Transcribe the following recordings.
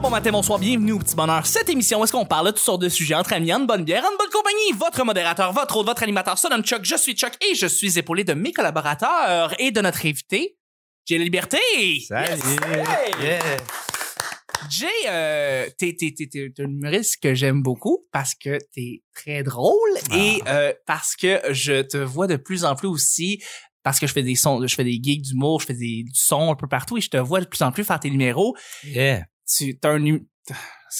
bon matin, bonsoir, bienvenue au Petit Bonheur. Cette émission où est-ce qu'on parle de toutes sortes de sujets entre amis, en bonne bière, en bonne compagnie. Votre modérateur, votre hôte, votre animateur, son nom Chuck, je suis Chuck et je suis épaulé de mes collaborateurs et de notre invité, Jay La Liberté. Salut! Hey! Yeah. Jay, euh, t'es, t'es, t'es, t'es un humoriste que j'aime beaucoup parce que t'es très drôle et euh, parce que je te vois de plus en plus aussi parce que je fais des sons, je fais des gigs d'humour, je fais des du son un peu partout et je te vois de plus en plus faire tes numéros. Yeah. Tu t'as un hu- ça,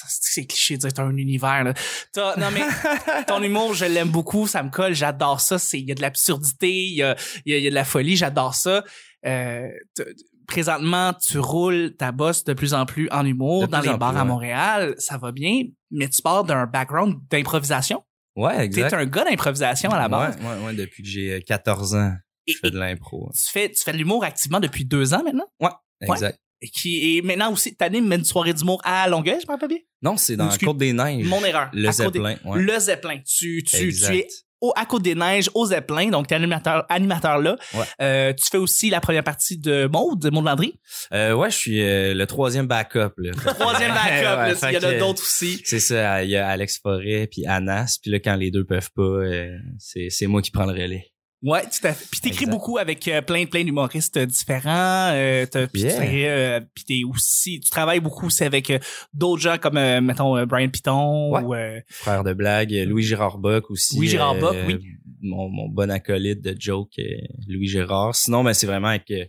c'est c'est cliché de dire t'as un univers là. T'as- non mais ton humour, je l'aime beaucoup, ça me colle, j'adore ça, c'est il y a de l'absurdité, il y a il y, a- il y a de la folie, j'adore ça. Euh, t- présentement, tu roules ta bosse de plus en plus en humour De dans plus les en bars plus, à ouais. Montréal, ça va bien, mais tu pars d'un background d'improvisation. Ouais, Tu exact. es un gars d'improvisation à la base. Ouais, ouais, ouais, depuis que j'ai euh, 14 ans, Et- je fais et de l'impro. tu fais tu fais de l'humour activement depuis deux ans maintenant. Ouais. Exact. Et qui et maintenant aussi t'animes une soirée d'humour à Longueuil, je me rappelle bien. Non, c'est dans la Excuse- Côte des Neiges. Mon erreur. Le À Côte des- Zeppelin, ouais. Le Zeppelin. Tu tu Exact. tu es au, à Côte des Neiges, au Zeppelin, donc t'es animateur, animateur là. Ouais. Euh, tu fais aussi la première partie de Maude, de Maude Landry. Euh, ouais, je suis euh, le troisième backup. Là. Troisième backup, Ouais, là, fait il y en a que- d'autres aussi. C'est ça, il y a Alex Forêt puis Anas, puis là quand les deux peuvent pas, euh, c'est c'est moi qui prends le relais. Ouais, tout à fait. Puis t'écris Exact. beaucoup avec euh, plein plein d'humoristes différents. Euh, t'as- puis Yeah. tu fais, euh, puis t'es aussi, tu travailles beaucoup aussi avec euh, d'autres gens comme euh, mettons euh, Brian Piton Ouais. ou euh, Frère de blague, euh, Louis Gérard Bock aussi. Louis Gérard euh, Bock, oui. Mon, mon bon acolyte de joke, euh, Louis Gérard. Sinon, ben c'est vraiment avec euh,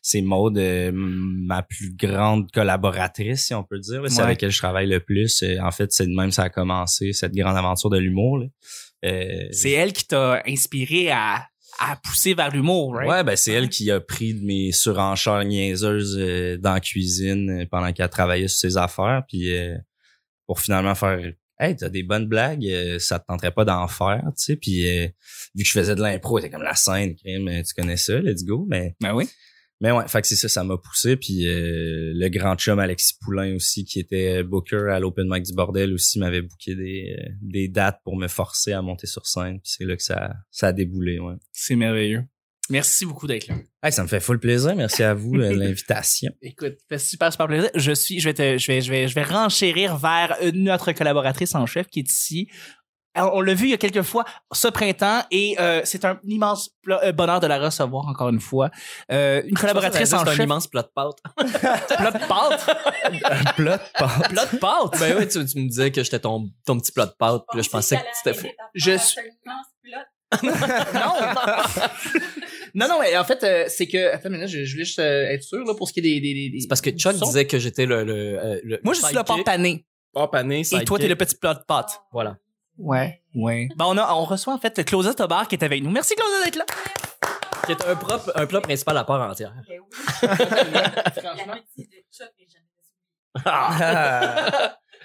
c'est Maud, euh, ma plus grande collaboratrice, si on peut dire. là. C'est Ouais. avec elle que je travaille le plus. Euh, En fait, c'est de même ça a commencé cette grande aventure de l'humour. là. Euh, c'est elle qui t'a inspiré à à pousser vers l'humour, right? Ouais, ben c'est elle qui a pris de mes surenchères niaiseuses euh, dans la cuisine euh, pendant qu'elle travaillait sur ses affaires, puis euh, pour finalement faire Hey, t'as des bonnes blagues, euh, ça te tenterait pas d'en faire, tu sais. Puis euh, vu que je faisais de l'impro, c'était comme la scène, crime, euh, tu connais ça, let's go. Mais Ben oui. mais ouais, fait que c'est ça, ça m'a poussé. Puis euh, le grand chum Alexis Poulain aussi, qui était booker à l'open mic du bordel aussi, m'avait booké des, euh, des dates pour me forcer à monter sur scène. Puis c'est là que ça ça a déboulé, ouais. C'est merveilleux. Merci beaucoup d'être là. Hey, ça me fait full plaisir. Merci à vous euh, de l'invitation. Écoute, ça fait super super plaisir. Je suis, je vais te, je vais, je vais, je vais renchérir vers notre collaboratrice en chef qui est ici. Alors, on l'a vu il y a quelques fois ce printemps et euh, c'est un immense pla- euh, bonheur de la recevoir encore une fois. Euh, une collaboratrice en chef. immense plat de pâte. Plat de pâte. Plot pas. Plat de pâte. ben oui, tu, tu me disais que j'étais ton, ton petit plat de pâte, puis là, je pensais que c'était faux. Je suis- Non. non, non, mais en fait, euh, c'est que. Attends, mais là, je, je voulais juste euh, être sûr là, pour ce qui est des. des, des- des- C'est parce que du Chuck son. disait que j'étais le, le, euh, le- Moi, je suis le sidekick. porte pané Porte pané, et toi, sidekick. t'es le petit plat de pâte. Voilà. Ouais, ouais. Ben, on, a, on reçoit en fait Claudia Tobar qui est avec nous. Merci Claudia d'être là. Qui est un, propre, un plat principal à part entière.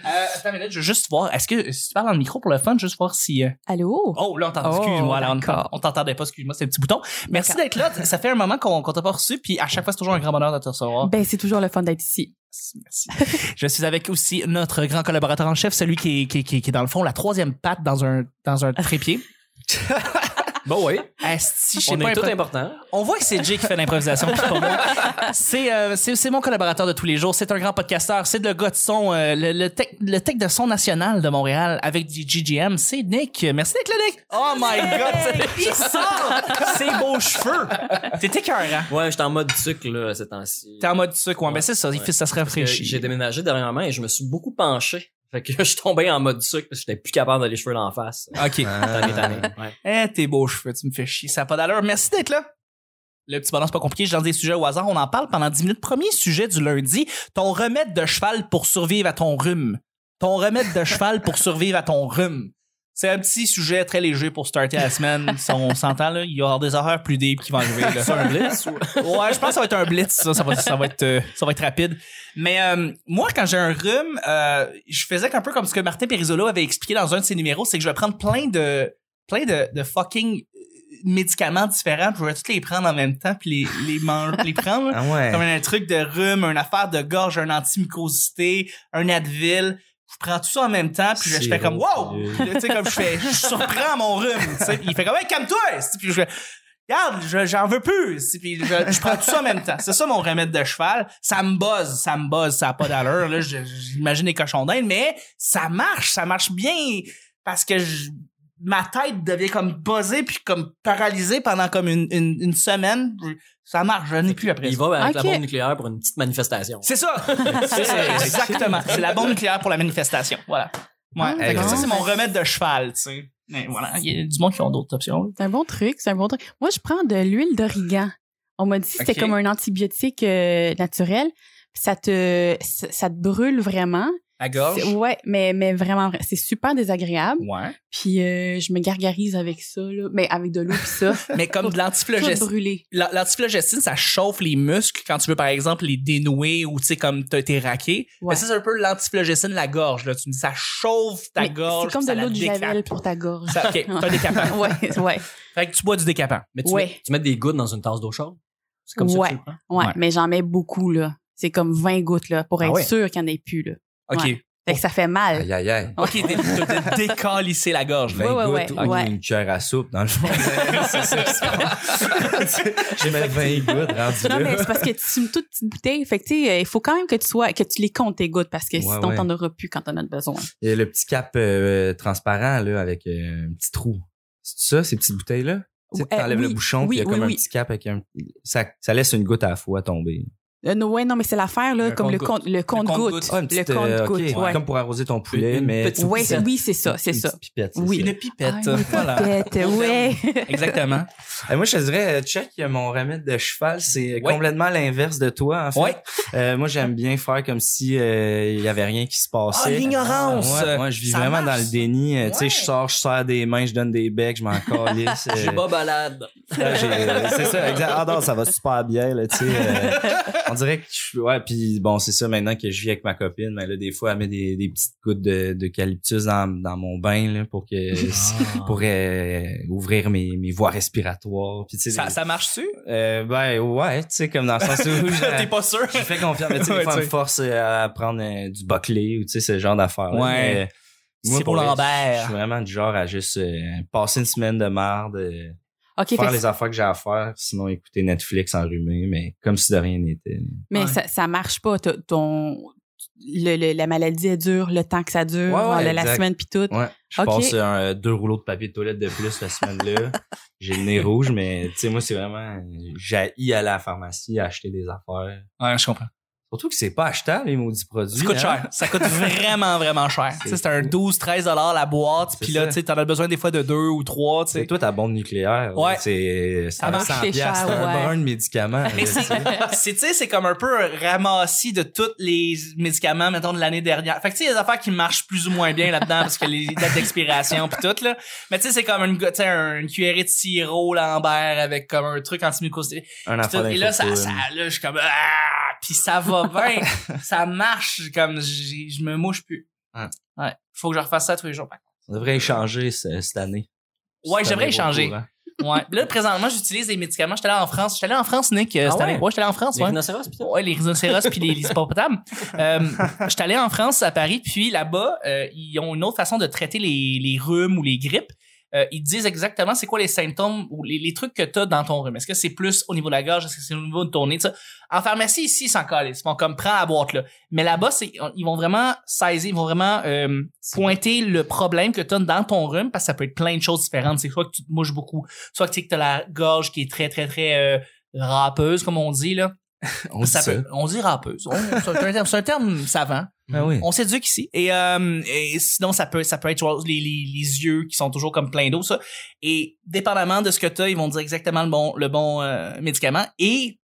Euh, attends une minute, je veux juste voir. Est-ce que si tu parles dans le micro pour le fun, juste voir si. euh, Allô? Oh là, on t'entend. Oh, Excuse-moi, là, on- d'accord. on t'entendait pas. Excuse-moi, c'est le petit bouton. Merci d'être là. Ça fait un moment qu'on qu'on t'a pas reçu, puis à chaque fois c'est toujours un grand bonheur de te recevoir. Ben, c'est toujours le fun d'être ici. Merci. je suis avec aussi notre grand collaborateur en chef, celui qui est, qui, est- qui est- qui est dans le fond la troisième patte dans un dans un trépied. Bon, oui. Asti, je sais On pas est un tout peu- important. On voit que c'est Jay qui fait l'improvisation, puis pas moi. C'est euh, c'est c'est mon collaborateur de tous les jours. C'est un grand podcasteur. C'est le gars de son, euh, le, le, tech, le tech de son national de Montréal avec du GGM. C'est Nick. Merci d'être là, Nick. Oh my God, il sort ses beaux cheveux. T'es écœurant. Ouais, j'étais en mode sucre, là, ces temps-ci. T'es en mode sucre, ouais, Ouais, mais c'est ça, il ouais. fait- ça se Euh, rafraîchit. J'ai déménagé dernièrement et je me suis beaucoup penché. Fait que je suis tombé en mode sucre parce que j'étais plus capable d'aller les cheveux d'en face. OK. T'en es tanné. Ouais. Eh, tes beaux cheveux, tu me fais chier. Ça n'a pas d'allure. Merci d'être là. Le petit bonheur, c'est pas compliqué. Je lance des sujets au hasard. On en parle pendant 10 minutes. Premier sujet du lundi. Ton remède de cheval pour survivre à ton rhume. Ton remède de cheval pour survivre à ton rhume. C'est un petit sujet très léger pour starter la semaine. Si on s'entend, là. Il y aura des horreurs plus deep qui vont arriver, là. Un blitz ou- Ouais, je pense que ça va être un blitz, ça. Ça va, ça va, être, euh, ça va être rapide. Mais euh, moi, quand j'ai un rhume, euh, je faisais un peu comme ce que Martin Perizzolo avait expliqué dans un de ses numéros, c'est que je vais prendre plein de plein de, de fucking euh, médicaments différents, puis je vais tous les prendre en même temps, puis les, les, man- les prendre. là. Ah ouais. Comme un truc de rhume, une affaire de gorge, un antimycosité, un Advil. Je prends tout ça en même temps, puis je, je fais comme « Wow! » Puis là, Tu sais, comme je fais « Je surprends mon rhume! » tu sais. Puis Il fait comme « Hey, calme-toi! » Puis je fais « regarde, je- j'en veux plus. Puis je, je prends tout ça en même temps. C'est ça mon remède de cheval. Ça me buzz, ça me buzz, ça n'a pas d'allure. Là, je- j'imagine les cochons d'Inde, mais ça marche, ça marche bien parce que je- ma tête devient comme buzzée puis comme paralysée pendant comme une, une, une semaine. Ça marche, je n'ai plus après Il ça. va avec Ok. la bombe nucléaire pour une petite manifestation. C'est ça. C'est ça, exactement. C'est la bombe nucléaire pour la manifestation. Voilà. Ouais. Ah, Fait que ça, d'accord. c'est mon remède de cheval, tu sais. Mais voilà, il y a du monde qui ont d'autres options. C'est un bon truc, c'est un bon truc. Moi, je prends de l'huile d'origan. On m'a dit que c'était Ok. comme un antibiotique euh, naturel. Puis Ça te, ça, ça te brûle vraiment. À C'est- Ouais, mais, mais vraiment, vrai. c'est super désagréable. Mm. Ouais. Puis euh, je me gargarise avec ça, là. Mais avec de l'eau, puis ça. Mais comme de Tout l'antiphlogestie. brûlé. La- L'antiphlogestie, ça chauffe les muscles quand tu veux, par exemple, les dénouer ou, tu sais, comme t'as été raqué. Ouais. Mais ça, c'est un peu l'antiphlogestie de la gorge, là. Tu me dis, ça chauffe ta Mais gorge. C'est puis comme de ça la l'eau de décape. javel pour ta gorge. Ça- OK, t'as un décapant. ouais, ouais, Fait que tu bois du décapant. Mais tu, Ouais. mets, tu mets des gouttes dans une tasse d'eau chaude. C'est comme ça Ouais. que tu le prends. ouais. Ouais. Mais j'en mets beaucoup, là. C'est comme 20 gouttes, là, pour Ah être ouais. sûr qu'il n'y en ait plus, là. OK. Ouais. Fait que Oh. ça fait mal. Aïe, aïe, aïe. OK, t'es- t'as t'as décalissé la gorge. Ouais, ouais, vingt gouttes ouais, ou ouais. une cuillère à soupe, dans le fond. c'est ça que c'est. J'ai même 20 gouttes rendu Non, mais là. c'est parce que tu mets toute petite bouteille. Fait que, tu sais, il faut quand même que tu sois, que tu les comptes, tes gouttes, parce que Ouais, sinon, ouais. t'en auras plus quand t'en as besoin. Et le petit cap euh, transparent, là, avec euh, un petit trou. C'est ça, ces petites bouteilles-là? Tu sais, Euh, t'enlèves oui, le bouchon, oui, puis il y a oui, comme oui. un petit cap avec un... Ça, ça laisse une goutte à la fois tomber. Euh, non, ouais, non, mais c'est l'affaire, là, Le comme le compte-goutte. compte, le compte goutte. Ah, une petite, le euh, compte ok, goutte, ouais. Comme pour arroser ton poulet, Une- une mais... petite- Ouais, Une petite oui, c'est ça, c'est Une ça. petite pipette, c'est Oui. ça. Une pipette. Ah, une voilà. pipette, ouais. Exactement. Euh, moi, je te dirais, euh, check, euh, mon remède de cheval, c'est euh, Ouais. complètement l'inverse de toi, en fait. Ouais. Euh, moi, j'aime bien faire comme si euh, il y avait rien qui se Ah, passait. l'ignorance! Moi, moi, je vis Ça vraiment marche. dans le déni. Euh, Tu sais, Ouais. je sors, je serre des mains, je donne des becs, je m'en calisse. euh, J'ai pas balade. Ouais, j'ai- euh, c'est ça, exact. Ah non, ça va super bien, là, tu sais. euh, on dirait que je, ouais, puis bon, c'est ça, maintenant que je vis avec ma copine, mais là, des fois, elle met des, des petites gouttes de- d'eucalyptus dans, dans mon bain, là, pour que, Ah. Ah. pour euh, ouvrir mes, mes voies respiratoires. Puis, tu sais, Ça, des- ça marche-tu? euh, ben, ouais, tu sais, comme dans le sens où T'es j'ai pas sûr? j'ai fait confiance, mais tu sais, Ouais, des fois, tu elle sais. me force euh, à prendre euh, du boclé ou, tu sais, ce genre euh, d'affaires. Ouais. C'est pour Je suis l'envers. vraiment du genre à juste euh, passer une semaine de marde. euh, OK, fait faire que- les affaires que j'ai à faire, sinon écouter Netflix enrhumé, mais comme si de rien n'était. mais Ouais. ça, ça marche pas. T'as- Ton, le- le- la maladie, elle dure, le temps que ça dure, Ouais, ouais, genre, la- la exact. semaine, puis tout. Ouais. Je Ok. passe euh, un- deux rouleaux de papier de toilette de plus la semaine-là. j'ai le nez rouge, mais tu sais, moi, c'est vraiment. J'ai aller à la pharmacie, acheter des affaires. Ouais, je comprends. Surtout que c'est pas achetable, les maudits produits. Ça coûte hein. cher. Ça coûte vraiment, vraiment cher. C'est Tu sais, C'est un fou. 12-13 la boîte. C'est Puis là, ça. tu sais, t'en as besoin des fois de deux ou trois. tu sais. C'est toi ta bombe nucléaire. Ouais. C'est c'est Ça un marche, 100 c'est piastres, cher, c'est un ouais. brin de médicaments. Mais là, c'est, tu sais. c'est- tu sais, c'est comme un peu un ramassis de tous les médicaments, mettons, de l'année dernière. Fait que, tu sais, il y a des affaires qui marchent plus ou moins bien là-dedans parce que les dates d'expiration pis tout, là. Mais tu sais, c'est comme une, go- tu sais, un- une cuillerée de sirop Lambert avec comme un truc antimicrotique. Un Pis tout. affaire Et là, ça, d'infophobe. ça, hein. là, je suis comme, ah, pis ça va bien. ça marche. je suis Comme, j'ai- je me mouche plus. Hein. Ouais. Faut que je refasse ça tous les jours. par contre. On devrait échanger ce- cette année. Ouais, Cette j'aimerais année, au échanger. hein. courant. Ouais. Là, présentement, j'utilise des médicaments. J'étais allé en France. J'étais allé en France, Nick, euh, Ah cette année. ouais? Ouais, j'étais allé en France, Les ouais. rhinocéros, pis tout. Ouais, les rhinocéros puis les, les hippopotames. Euh, J'étais allé en France, à Paris, puis là-bas, euh, ils ont une autre façon de traiter les, les rhumes ou les grippes. Euh, ils disent exactement c'est quoi les symptômes ou les, les trucs que t'as dans ton rhume. Est-ce que c'est plus au niveau de la gorge? Est-ce que c'est au niveau de ton nez? tout ça? En pharmacie, ici, ils s'en collent. Ils vont comme prends la boîte là. Mais là-bas, c'est- ils vont vraiment saisir, ils vont vraiment euh, pointer le problème que t'as dans ton rhume parce que ça peut être plein de choses différentes. C'est soit que tu te mouches beaucoup, soit que tu sais que t'as la gorge qui est très, très, très euh, râpeuse, comme on dit là. On Ça dit ça. peut- on dit râpeuse. On- C'est un, terme- c'est un terme savant. Ah oui. On s'éduque ici. Et, euh, et sinon, ça peut, ça peut être genre, les, les, les yeux qui sont toujours comme plein d'eau, ça. Et dépendamment de ce que tu as, ils vont te dire exactement le bon, le bon euh, médicament. Et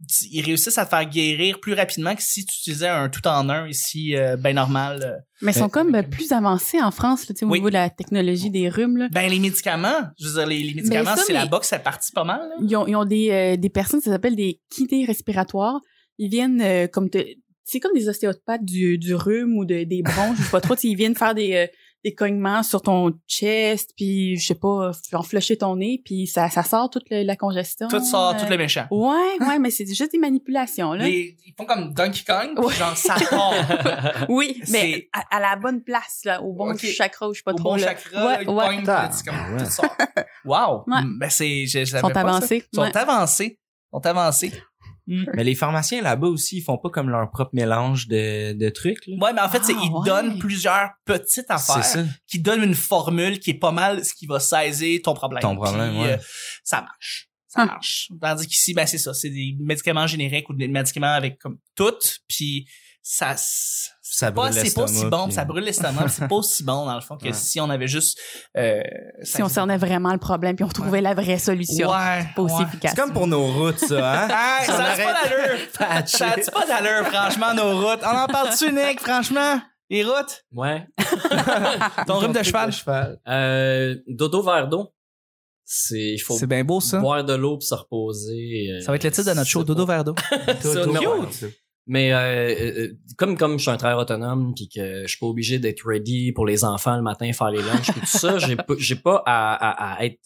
tu- ils réussissent à te faire guérir plus rapidement que si tu utilisais un tout en un ici, euh, ben normal. euh. Mais ils sont Mais- comme euh, plus avancés en France, là, tu sais, au Oui. niveau de la technologie des rhumes. Là. Ben les médicaments, je veux dire, les, les médicaments, ça, c'est la mais- boxe, ça partit pas mal. là. Ils ont, ils ont des, euh, des personnes, ça s'appelle des kinés respiratoires. Ils viennent euh, comme te- c'est comme des ostéopathes du, du rhume ou de, des bronches, je sais pas trop. tu sais, Ils viennent faire des, euh, des cognements sur ton chest, puis je sais pas, en flusher ton nez, puis ça, ça sort toute le- la congestion. Tout sort, euh, tous les méchants. Ouais, ouais, mais c'est juste des manipulations, là. Les- ils font comme Donkey Kong, puis Ouais. genre ça part Oui, C'est- mais à, à la bonne place, là, au bon Ok. chakra, ou je sais pas au trop, bon là. chakra, Ouais, ils ouais. pointent, là, c'est comme Ouais. tout sort. Wow! Ouais. Mm, Ben c'est, je, je Ils savais sont pas ça. avancés. Ils sont ouais. avancés. Ils sont avancés. Mm. Mais les pharmaciens là-bas aussi, ils font pas comme leur propre mélange de, de trucs. Là. Ouais, mais en fait, c'est, ils Ah, ouais. donnent plusieurs petites c'est affaires ça. qui donnent une formule qui est pas mal ce qui va saisir ton problème. Ton problème, Puis, euh, ouais. ça marche. Ça Hum. marche. Tandis qu'ici, ben, c'est ça. C'est des médicaments génériques ou des médicaments avec comme tout, puis ça, s- Ça pas- brûle c'est pas si l'estomac, bon, puis- ça brûle l'estomac, puis c'est pas aussi bon dans le fond que Ouais. si on avait juste euh, Si on cernait vraiment le problème, puis on trouvait la vraie solution, Ouais, pas aussi ouais. efficace. C'est comme pour nos routes, ça, hein? Hey, ça a pas d'allure. ça a pas d'allure, franchement, nos routes. On en parle-tu, Nick, franchement? Les routes? Ouais. Ton rhume de cheval? Euh, dodo verre d'eau. C'est, il faut C'est bien beau, ça. boire de l'eau puis se reposer. euh, Ça va être le titre de notre show, c'est Dodo pas- Verdo. Ça, Cute. non. Mais euh, euh, comme comme je suis un travailleur autonome puis que je suis pas obligé d'être ready pour les enfants le matin faire les lunchs puis tout ça, j'ai pas j'ai pas à, à- à être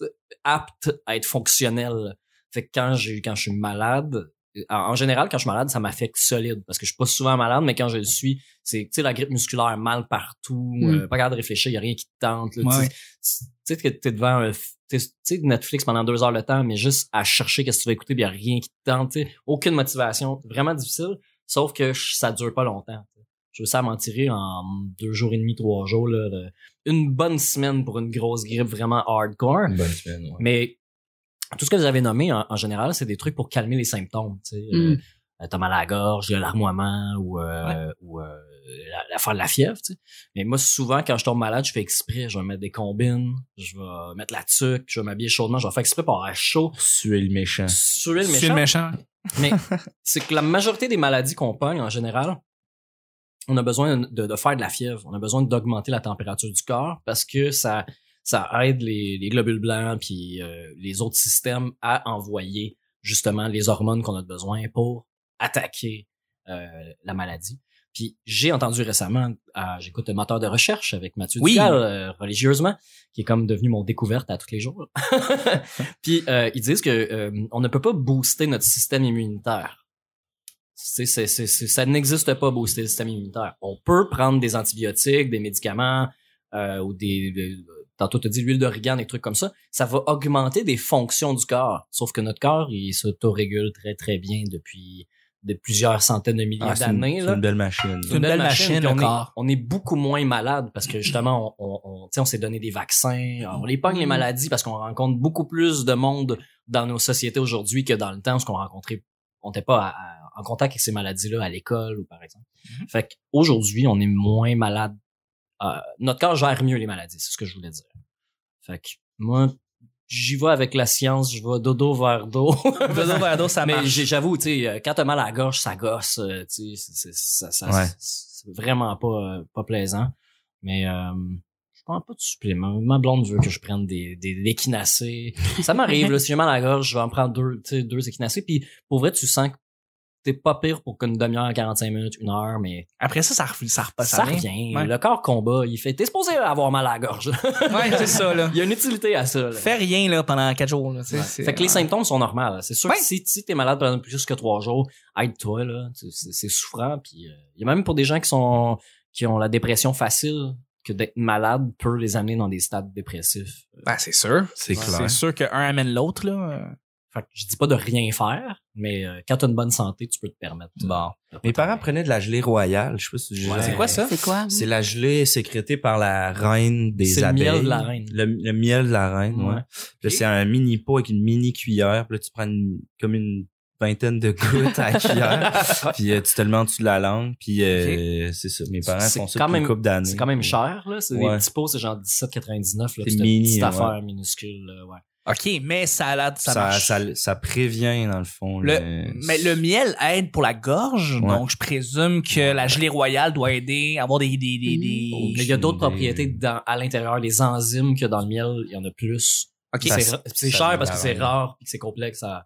apte à être fonctionnel. Fait que quand j'ai quand je suis malade, en, en général quand je suis malade, ça m'affecte solide parce que je suis pas souvent malade mais quand je le suis, c'est tu sais la grippe musculaire mal partout, Mm. euh, pas capable de réfléchir, y a rien qui te tente là, tu sais, Ouais. tu sais que t'es devant un f- tu sais- tu sais Netflix pendant deux heures le temps mais juste à chercher qu'est-ce que tu vas écouter puis y a rien qui te tente tu sais, aucune motivation vraiment difficile sauf que je- ça dure pas longtemps tu sais. je veux ça m'en tirer en deux jours et demi trois jours là, de- une bonne semaine pour une grosse grippe vraiment hardcore Une bonne semaine, ouais. mais tout ce que vous avez nommé en, en général c'est des trucs pour calmer les symptômes tu sais Euh, Mm. euh, t'as mal à la gorge, le larmoiement ou, euh, ou euh, la, la fin de la fièvre. tu sais. Mais moi, souvent, quand je tombe malade, je fais exprès. Je vais mettre des combines, je vais mettre la tuque, je vais m'habiller chaudement, je vais faire exprès pour avoir chaud. Suer le méchant. Suer le Je suis méchant. méchant. Ah, C'est que la majorité des maladies qu'on pogne, en général, on a besoin de, de faire de la fièvre. On a besoin d'augmenter la température du corps parce que ça, ça aide les, les globules blancs puis euh, les autres systèmes à envoyer justement les hormones qu'on a besoin pour attaquer euh, la maladie. Puis j'ai entendu récemment, à- j'écoute le moteur de recherche avec Mathieu Oui. Ducal, euh, religieusement, qui est comme devenu mon découverte à tous les jours. Puis euh, ils disent que euh, on ne peut pas booster notre système immunitaire. C'est, c'est, c'est, c'est- ça n'existe pas booster le système immunitaire. On peut prendre des antibiotiques, des médicaments euh, ou des, des- tantôt tu dit l'huile d'origan, des trucs comme ça. Ça va augmenter des fonctions du corps. Sauf que notre corps, il s'autorégule très très bien depuis de plusieurs centaines de milliers Ah, c'est une, d'années. c'est là. une belle machine. C'est une belle machine, puis le on, est, corps. on est beaucoup moins malade parce que justement, on, on, on, tu sais, on s'est donné des vaccins, on les pogne les maladies parce qu'on rencontre beaucoup plus de monde dans nos sociétés aujourd'hui que dans le temps, parce qu'on rencontrait, on n'était pas à- à- en contact avec ces maladies-là à l'école ou par exemple. Mm-hmm. Fait qu'aujourd'hui, on est moins malade. Euh, notre corps gère mieux les maladies, c'est ce que je voulais dire. Fait que moi, j'y vais avec la science, je vais dodo vers dos. Dodo Verdo, ça Mais marche. j'ai- j'avoue, tu sais, euh, quand t'as mal à la gorge, ça gosse, euh, tu sais, c'est- c'est- ça, ça- Ouais. c'est vraiment pas, euh, pas plaisant. Mais euh, je prends pas de suppléments. Ma blonde veut que je prenne des, des équinacées. Ça m'arrive, là, si j'ai mal à la gorge, je vais en prendre deux, tu sais, deux équinacées. Puis pour vrai, tu sens que t'es pas pire pour qu'une demi-heure, 45 minutes, une heure, mais Après ça, ça refile, ça repasse. ça revient. Ouais. Le corps combat, il fait, t'es supposé avoir mal à la gorge. Ouais, c'est ça, là. il y a une utilité à ça. là. Fais rien, là, pendant quatre jours, là. tu sais, Ouais. c'est- Fait que les symptômes sont normaux. là. C'est sûr Ouais. que si, si t'es malade pendant plus que trois jours, aide-toi, là. C'est- C'est c'est souffrant. Puis, euh, il y a même pour des gens qui sont qui ont la dépression facile, que d'être malade peut les amener dans des stades dépressifs. Ben, c'est sûr. C'est Ouais. clair. C'est sûr qu'un amène l'autre, là. Fait que je dis pas de rien faire, mais euh, quand t'as une bonne santé, tu peux te permettre. de- Bon. de pas Mes parents travailler. prenaient de la gelée royale. Je sais pas si j'ai- Ouais. C'est quoi ça? C'est quoi? C'est la gelée sécrétée par la reine des C'est le abeilles. miel de la reine. Le, le miel de la reine, ouais. Ouais. Puis là, c'est un mini pot avec une mini cuillère. Puis là, tu prends une- comme une vingtaine de gouttes à la cuillère. puis euh, tu te le mets en dessous de la langue. Puis euh, c'est ça. Mes parents C'est font ça quand depuis une même- couple d'années. C'est quand même cher, là. C'est Ouais. des petits pots, c'est genre 17,99, là. C'est C'est une mini, petite ouais. affaire minuscule, là, ouais. OK, mais ça a l'air, ça, Ça, ça, marche. ça, prévient, dans le fond. Le- le- mais le miel aide pour la gorge, Ouais. donc je présume que la gelée royale doit aider à avoir des... des, des, des- Mm. Mais il y a d'autres Aucune propriétés idée. dans, à l'intérieur, les enzymes que dans le miel, il y en a plus. OK, C'est- Ça- C'est ça cher vient parce que c'est d'avant. rare et que c'est complexe. à-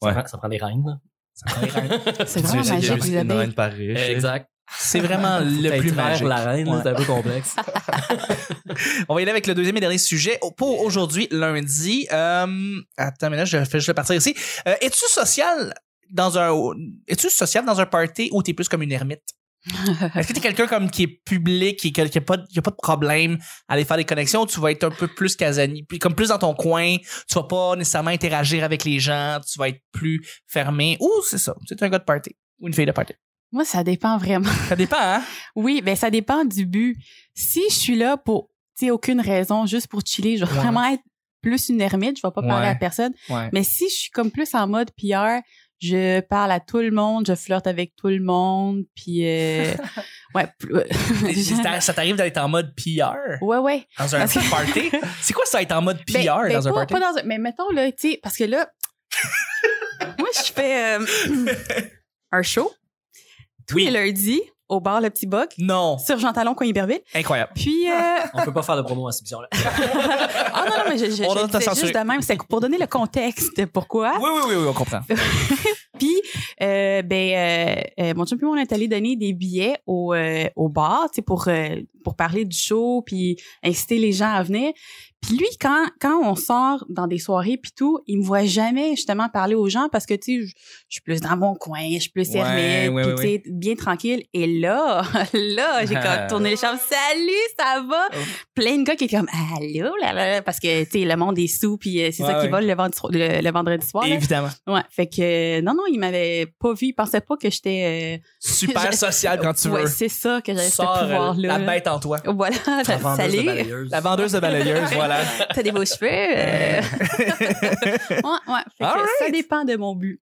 Ça, Ouais. prend, ça prend des reines. là. c'est- C'est vraiment Tu sais, il y a magique, juste les une abeilles. reine par riche. exact. C'est vraiment le plus magique. la reine, Ouais. c'est un peu complexe. On va y aller avec le deuxième et dernier sujet au- pour aujourd'hui, lundi. Euh, attends, mais là, je fais juste partir ici. Euh, es-tu social dans un es-tu social dans un party où t'es plus comme une ermite? Est-ce que t'es quelqu'un comme qui est public, qui, qui, qui a pas, de- qui a pas de problème à aller faire des connexions, ou tu vas être un peu plus casani, puis comme plus dans ton coin, tu vas pas nécessairement interagir avec les gens, tu vas être plus fermé, ou c'est ça, c'est un gars de party, ou une fille de party. Moi, ça dépend vraiment. Ça dépend, hein? Oui, ben ça dépend du but. Si je suis là pour, tu sais, aucune raison, juste pour chiller, je vais Ouais. vraiment être plus une ermite, je vais pas parler Ouais. à personne. Ouais. Mais si je suis comme plus en mode PR, je parle à tout le monde, je flirte avec tout le monde, puis euh, ouais, plus- ça t'arrive d'être en mode PR? ouais, ouais. Dans un Parce que- party? C'est quoi ça être en mode PR Ben- ben, dans un pas, party? pas dans un- Mais mettons là, tu sais, parce que là, moi je fais euh, un show tous Oui. les lundis au bar Le Petit Boc Non. sur Jean Talon coin Iberville. Incroyable. Puis euh, Ah. On peut pas faire de promo à cette émission-là. ah non non mais je, je, On je donne le ta fais censure. juste de même, c'est pour donner le contexte de pourquoi. Oui, oui, oui, oui, on comprend. Puis, euh, ben, euh, euh, mon chum et moi, on est allé donner des billets au, euh, au bar, tu sais, pour, euh, pour parler du show, puis inciter les gens à venir. Puis lui, quand, quand on sort dans des soirées, puis tout, il me voit jamais, justement, parler aux gens parce que, tu sais, je- je suis plus dans mon coin, je suis plus Ouais, ermite, ouais, puis, ouais, Ah. tu sais, bien tranquille. Et là, là, j'ai comme tourné les chambres. Salut, ça va? Oh. Plein de gars qui étaient comme, allô, là, là, là, parce que, tu sais, le monde est sous, puis euh, c'est Ouais, ça qui ouais. vole le, vendredi soir- le- le vendredi soir. là. Évidemment. Ouais, fait que euh, non, non, il m'avait pas vu. Il pensait pas que j'étais. Super Je- social quand tu euh, ouais, veux. c'est ça que j'avais ce Sors euh, la pouvoir-là. bête en toi. Voilà, La vendeuse de salut. balayeuse. La vendeuse de balayeuse, voilà. T'as des beaux cheveux. euh. ouais, ouais. Fait que All ça dépend de mon but.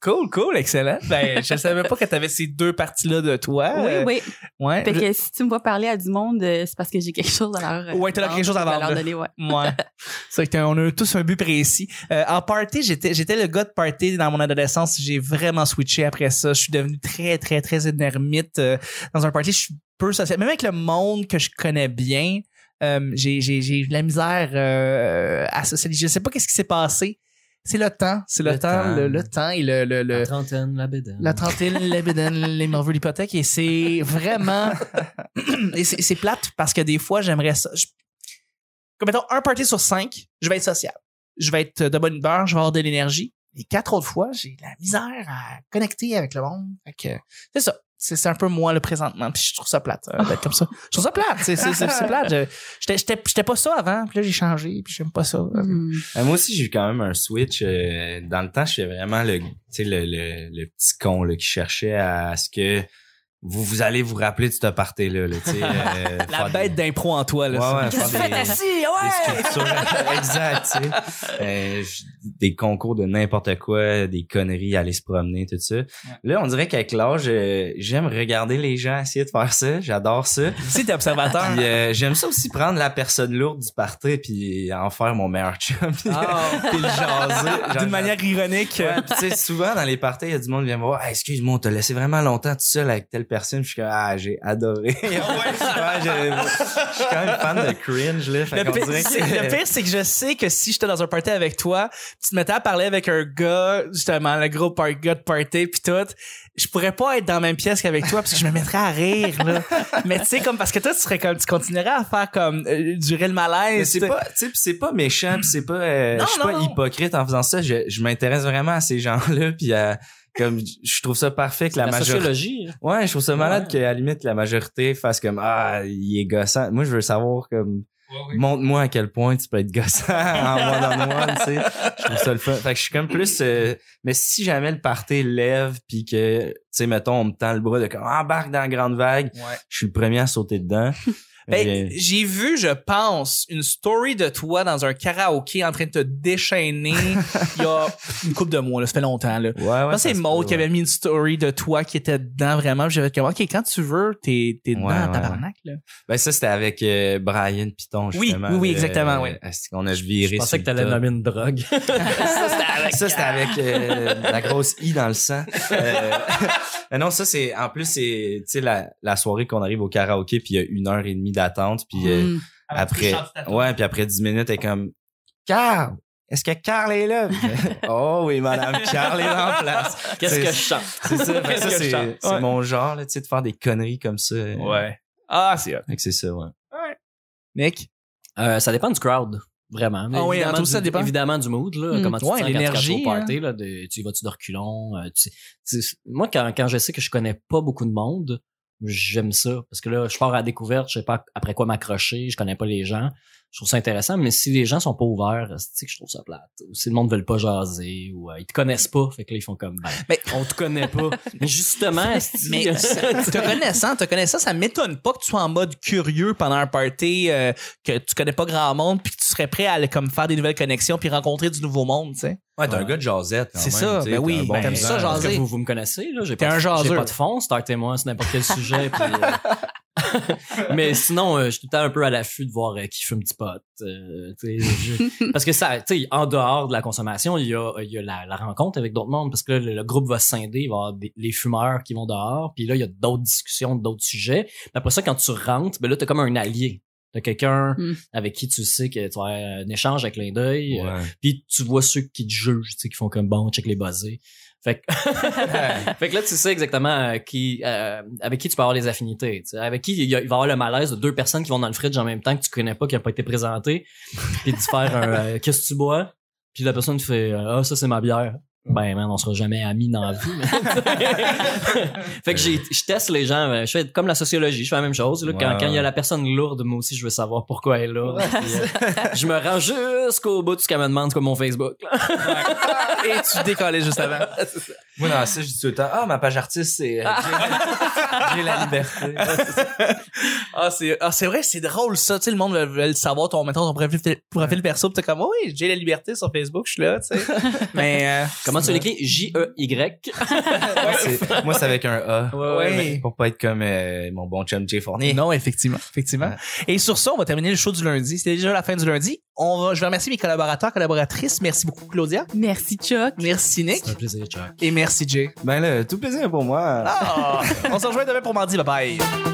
Cool, cool, excellent. Ben, je savais pas que t'avais ces deux parties-là de toi. Euh, oui, oui. Ouais. Fait Je- que si tu me vois parler à du monde, euh, c'est parce que j'ai quelque chose à leur. euh, Ouais, t'as leur quelque chose à vendre, vendre. leur donner, ouais. Ouais. C'est vrai que t'as- on a tous un but précis. Euh, en party, j'étais, j'étais le gars de party dans mon adolescence. J'ai vraiment switché après ça. Je suis devenu très, très, très une ermite. Euh, dans un party, je suis peu social. Même avec le monde que je connais bien, euh, j'ai, j'ai, j'ai eu de la misère euh, à socialiser. Je sais pas qu'est-ce qui s'est passé. C'est le temps. C'est le, Le temps. temps. Le, le temps et le, le, le- La trentaine, la bédaine. la trentaine, les bédaines, les morveux, l'hypothèque. Et c'est vraiment. et c'est c'est plate parce que des fois, j'aimerais ça. je- Comme mettons, un party sur cinq, je vais être social. Je vais être de bonne humeur, je vais avoir de l'énergie. Et quatre autres fois, j'ai de la misère à connecter avec le monde. Fait que c'est ça. C'est c'est un peu moi le présentement. Puis je trouve ça plate euh, d'être comme ça. Je trouve ça plate. C'est c'est- c'est- c'est plate. Je- J'étais j'étais- j'étais pas ça avant. Puis là, j'ai changé. Puis j'aime pas ça. Mhm. Euh, moi aussi, j'ai eu quand même un switch. euh, dans le temps, je suis vraiment le, tu sais, le, le, le petit con là, qui cherchait à ce que vous, vous allez vous rappeler de ce party-là. là, tu sais, euh, La faire bête des- d'impro en toi. Là, Ouais, ça. ouais, faire des, des sculptures. exact. tu sais. Euh, j- des concours de n'importe quoi, des conneries, aller se promener, tout ça. Là, on dirait qu'avec l'âge, euh, j'aime regarder les gens essayer de faire ça. J'adore ça. Si t'es observateur. Puis euh, j'aime ça aussi prendre la personne lourde du party puis en faire mon meilleur chum. Puis, euh, puis le jaser. Genre, Ah. D'une manière ironique. Ouais, puis tu sais, souvent dans les parties, il y a du monde qui vient me voir. Ah, excuse-moi, on t'a laissé vraiment longtemps tout seul avec telle personne. Je suis comme, ah, j'ai adoré. ouais, je, je suis quand même fan de cringe, là. Fait Le qu'on pire, dirait que- c'est- le pire, c'est que je sais que si j'étais dans un party avec toi, tu te mettais à parler avec un gars, justement, le gros par gars de party pis tout, je pourrais pas être dans la même pièce qu'avec toi parce que je me mettrais à rire, là. Mais tu sais, comme, parce que toi, tu serais comme, tu continuerais à faire comme, euh, durer le Mais malaise. c'est tu sais. pas, tu sais, puis c'est pas méchant, puis c'est pas, euh, Non, je suis non, pas non. hypocrite en faisant ça. Je, je m'intéresse vraiment à ces gens-là, puis à- comme je trouve ça parfait que la, La majorité sociologie. hein. Ouais, je trouve ça malade Ouais. qu'à la limite la majorité fasse comme ah, il est gossant. Moi, je veux savoir comme montre-moi à quel point tu peux être gossant en one on one, tu sais. Je trouve ça le fun. Fait que je suis comme plus euh, mais si jamais le party lève puis que tu sais mettons on me tend le bras de comme embarque dans la grande vague, je suis le premier à sauter dedans. Ben, J'ai- j'ai vu, je pense, une story de toi dans un karaoké en train de te déchaîner il y a une couple de mois, là. Ça fait longtemps, là. ouais, ouais, Je pense que ça c'est se Maud peut, qui ouais. avait mis une story de toi qui était dedans vraiment. Puis J'avais comme, OK, quand tu veux, t'es t'es dedans Ouais, à ouais, tabarnak, là. Ben ça c'était avec euh, Brian Piton Oui, justement. oui, oui, là, exactement, euh, ouais. est-ce qu'on a Je viré sur pensais que le t'allais tas. nommer une drogue. ça, c'était avec. Ça, c'était avec euh, la grosse I dans le sang. Euh, mais non, ça, c'est... En plus, c'est tu sais, la, la soirée qu'on arrive au karaoké, puis il y a une Mm. Hmm. heure et demie d'attente, puis euh, après... Ouais, puis après 10 minutes, elle est comme... Car, Est-ce que Carl est là? oh oui, madame, Carl est en place. Qu'est-ce C'est- que je chante? C'est ça, fait que Qu'est-ce ça, que je chante? c'est c'est Ouais. mon genre, là, tu sais, de faire des conneries comme ça. Ouais. Ah, c'est hot. Fait que c'est ça, ouais. Nick? Euh, ça dépend du crowd, vraiment. Mais Ah oui, évidemment en tout, ça du- dépend. Évidemment du mood, là, Mm. comment tu Ouais, te sens quand tu l'énergie, hein. vas au party, là, de- tu y vas-tu de reculons. euh, tu- tu- moi, quand, quand je sais que je connais pas beaucoup de monde, j'aime ça. Parce que là, je pars à la découverte, je sais pas après quoi m'accrocher, je connais pas les gens. Je trouve ça intéressant, mais si les gens sont pas ouverts, euh, c'est que je trouve ça plate. Ou si le monde veut pas jaser, ou euh, ils te connaissent pas, fait que là, ils font comme, ben, Mais- on te connaît pas. mais justement, esti, Mais ça- te connaissant, te connaissant, ça m'étonne pas que tu sois en mode curieux pendant un party euh, que tu connais pas grand monde puis que tu serais prêt à aller, comme faire des nouvelles connexions puis rencontrer du nouveau monde, tu sais. Ouais, t'es un gars de jasette. quand C'est même, ça, tu sais, ben t'es oui, un ben, t'aimes genre. ça, Parce que jaser. vous, vous me connaissez, là. J'ai T'es pas, un de- jaseux. J'ai pas de fond, startez-moi, c'est n'importe quel sujet. puis, euh, Mais sinon, euh, je suis tout le temps un peu à l'affût de voir euh, qui fume du pot. euh, tu sais, je- Parce que ça, tu sais, en dehors de la consommation, il y a, il y a la, la rencontre avec d'autres mondes. Parce que là, le, le groupe va se scinder, il va y avoir des- les fumeurs qui vont dehors. Puis là, il y a d'autres discussions, d'autres sujets. Puis après ça, quand tu rentres, ben là, t'as comme un allié. T'as quelqu'un Mm. avec qui tu sais que tu vas avoir un échange avec clin d'œil. euh, Ouais. Puis tu vois ceux qui te jugent, tu sais, qui font comme bon, check les buzzés. Fait que, fait que là, tu sais exactement euh, qui, euh, avec qui tu peux avoir des affinités. tu sais. Avec qui il, y a- il va y avoir le malaise de deux personnes qui vont dans le fridge en même temps que tu connais pas, qui a pas été présentée, puis de se faire un euh, qu'est-ce que tu bois, puis la personne fait euh, ah ça c'est ma bière. Ben man, on sera jamais amis dans la vie. fait que j'ai- je teste les gens, euh, je fais comme la sociologie, je fais la même chose. là. quand Ouais. quand il y a la personne lourde, moi aussi je veux savoir pourquoi elle est là. Puis, euh, je me rends jusqu'au bout de ce qu'elle me demande comme mon Facebook. là. Et tu décollais juste avant. Moi, dans ça, je dis tout le temps, ah, ma page artiste, c'est. euh, j'ai- J'ai la liberté. Ah, c'est ah, c'est vrai, c'est drôle ça. Tu sais, le monde veut, veut le savoir, ton, mettons, ton profil, profil perso, pis t'es comme, oh, oui, j'ai la liberté sur Facebook, je suis là, tu sais. Mais, euh, Comment tu l'écris J E Y. Moi, c'est- Moi, c'est avec un A. euh, ouais. Pour pas être comme euh, mon bon chum Jay Fournier. Non, effectivement, effectivement. Et sur ça, on va terminer le show du lundi. C'est déjà la fin du lundi. On va, je vais remercier mes collaborateurs, collaboratrices. Merci beaucoup, Claudia. Merci, Chuck. Merci, Nick. C'est un plaisir, Chuck. Et merci, Jay. Ben là, tout plaisir pour moi. Ah, on se rejoint demain pour mardi. Bye bye.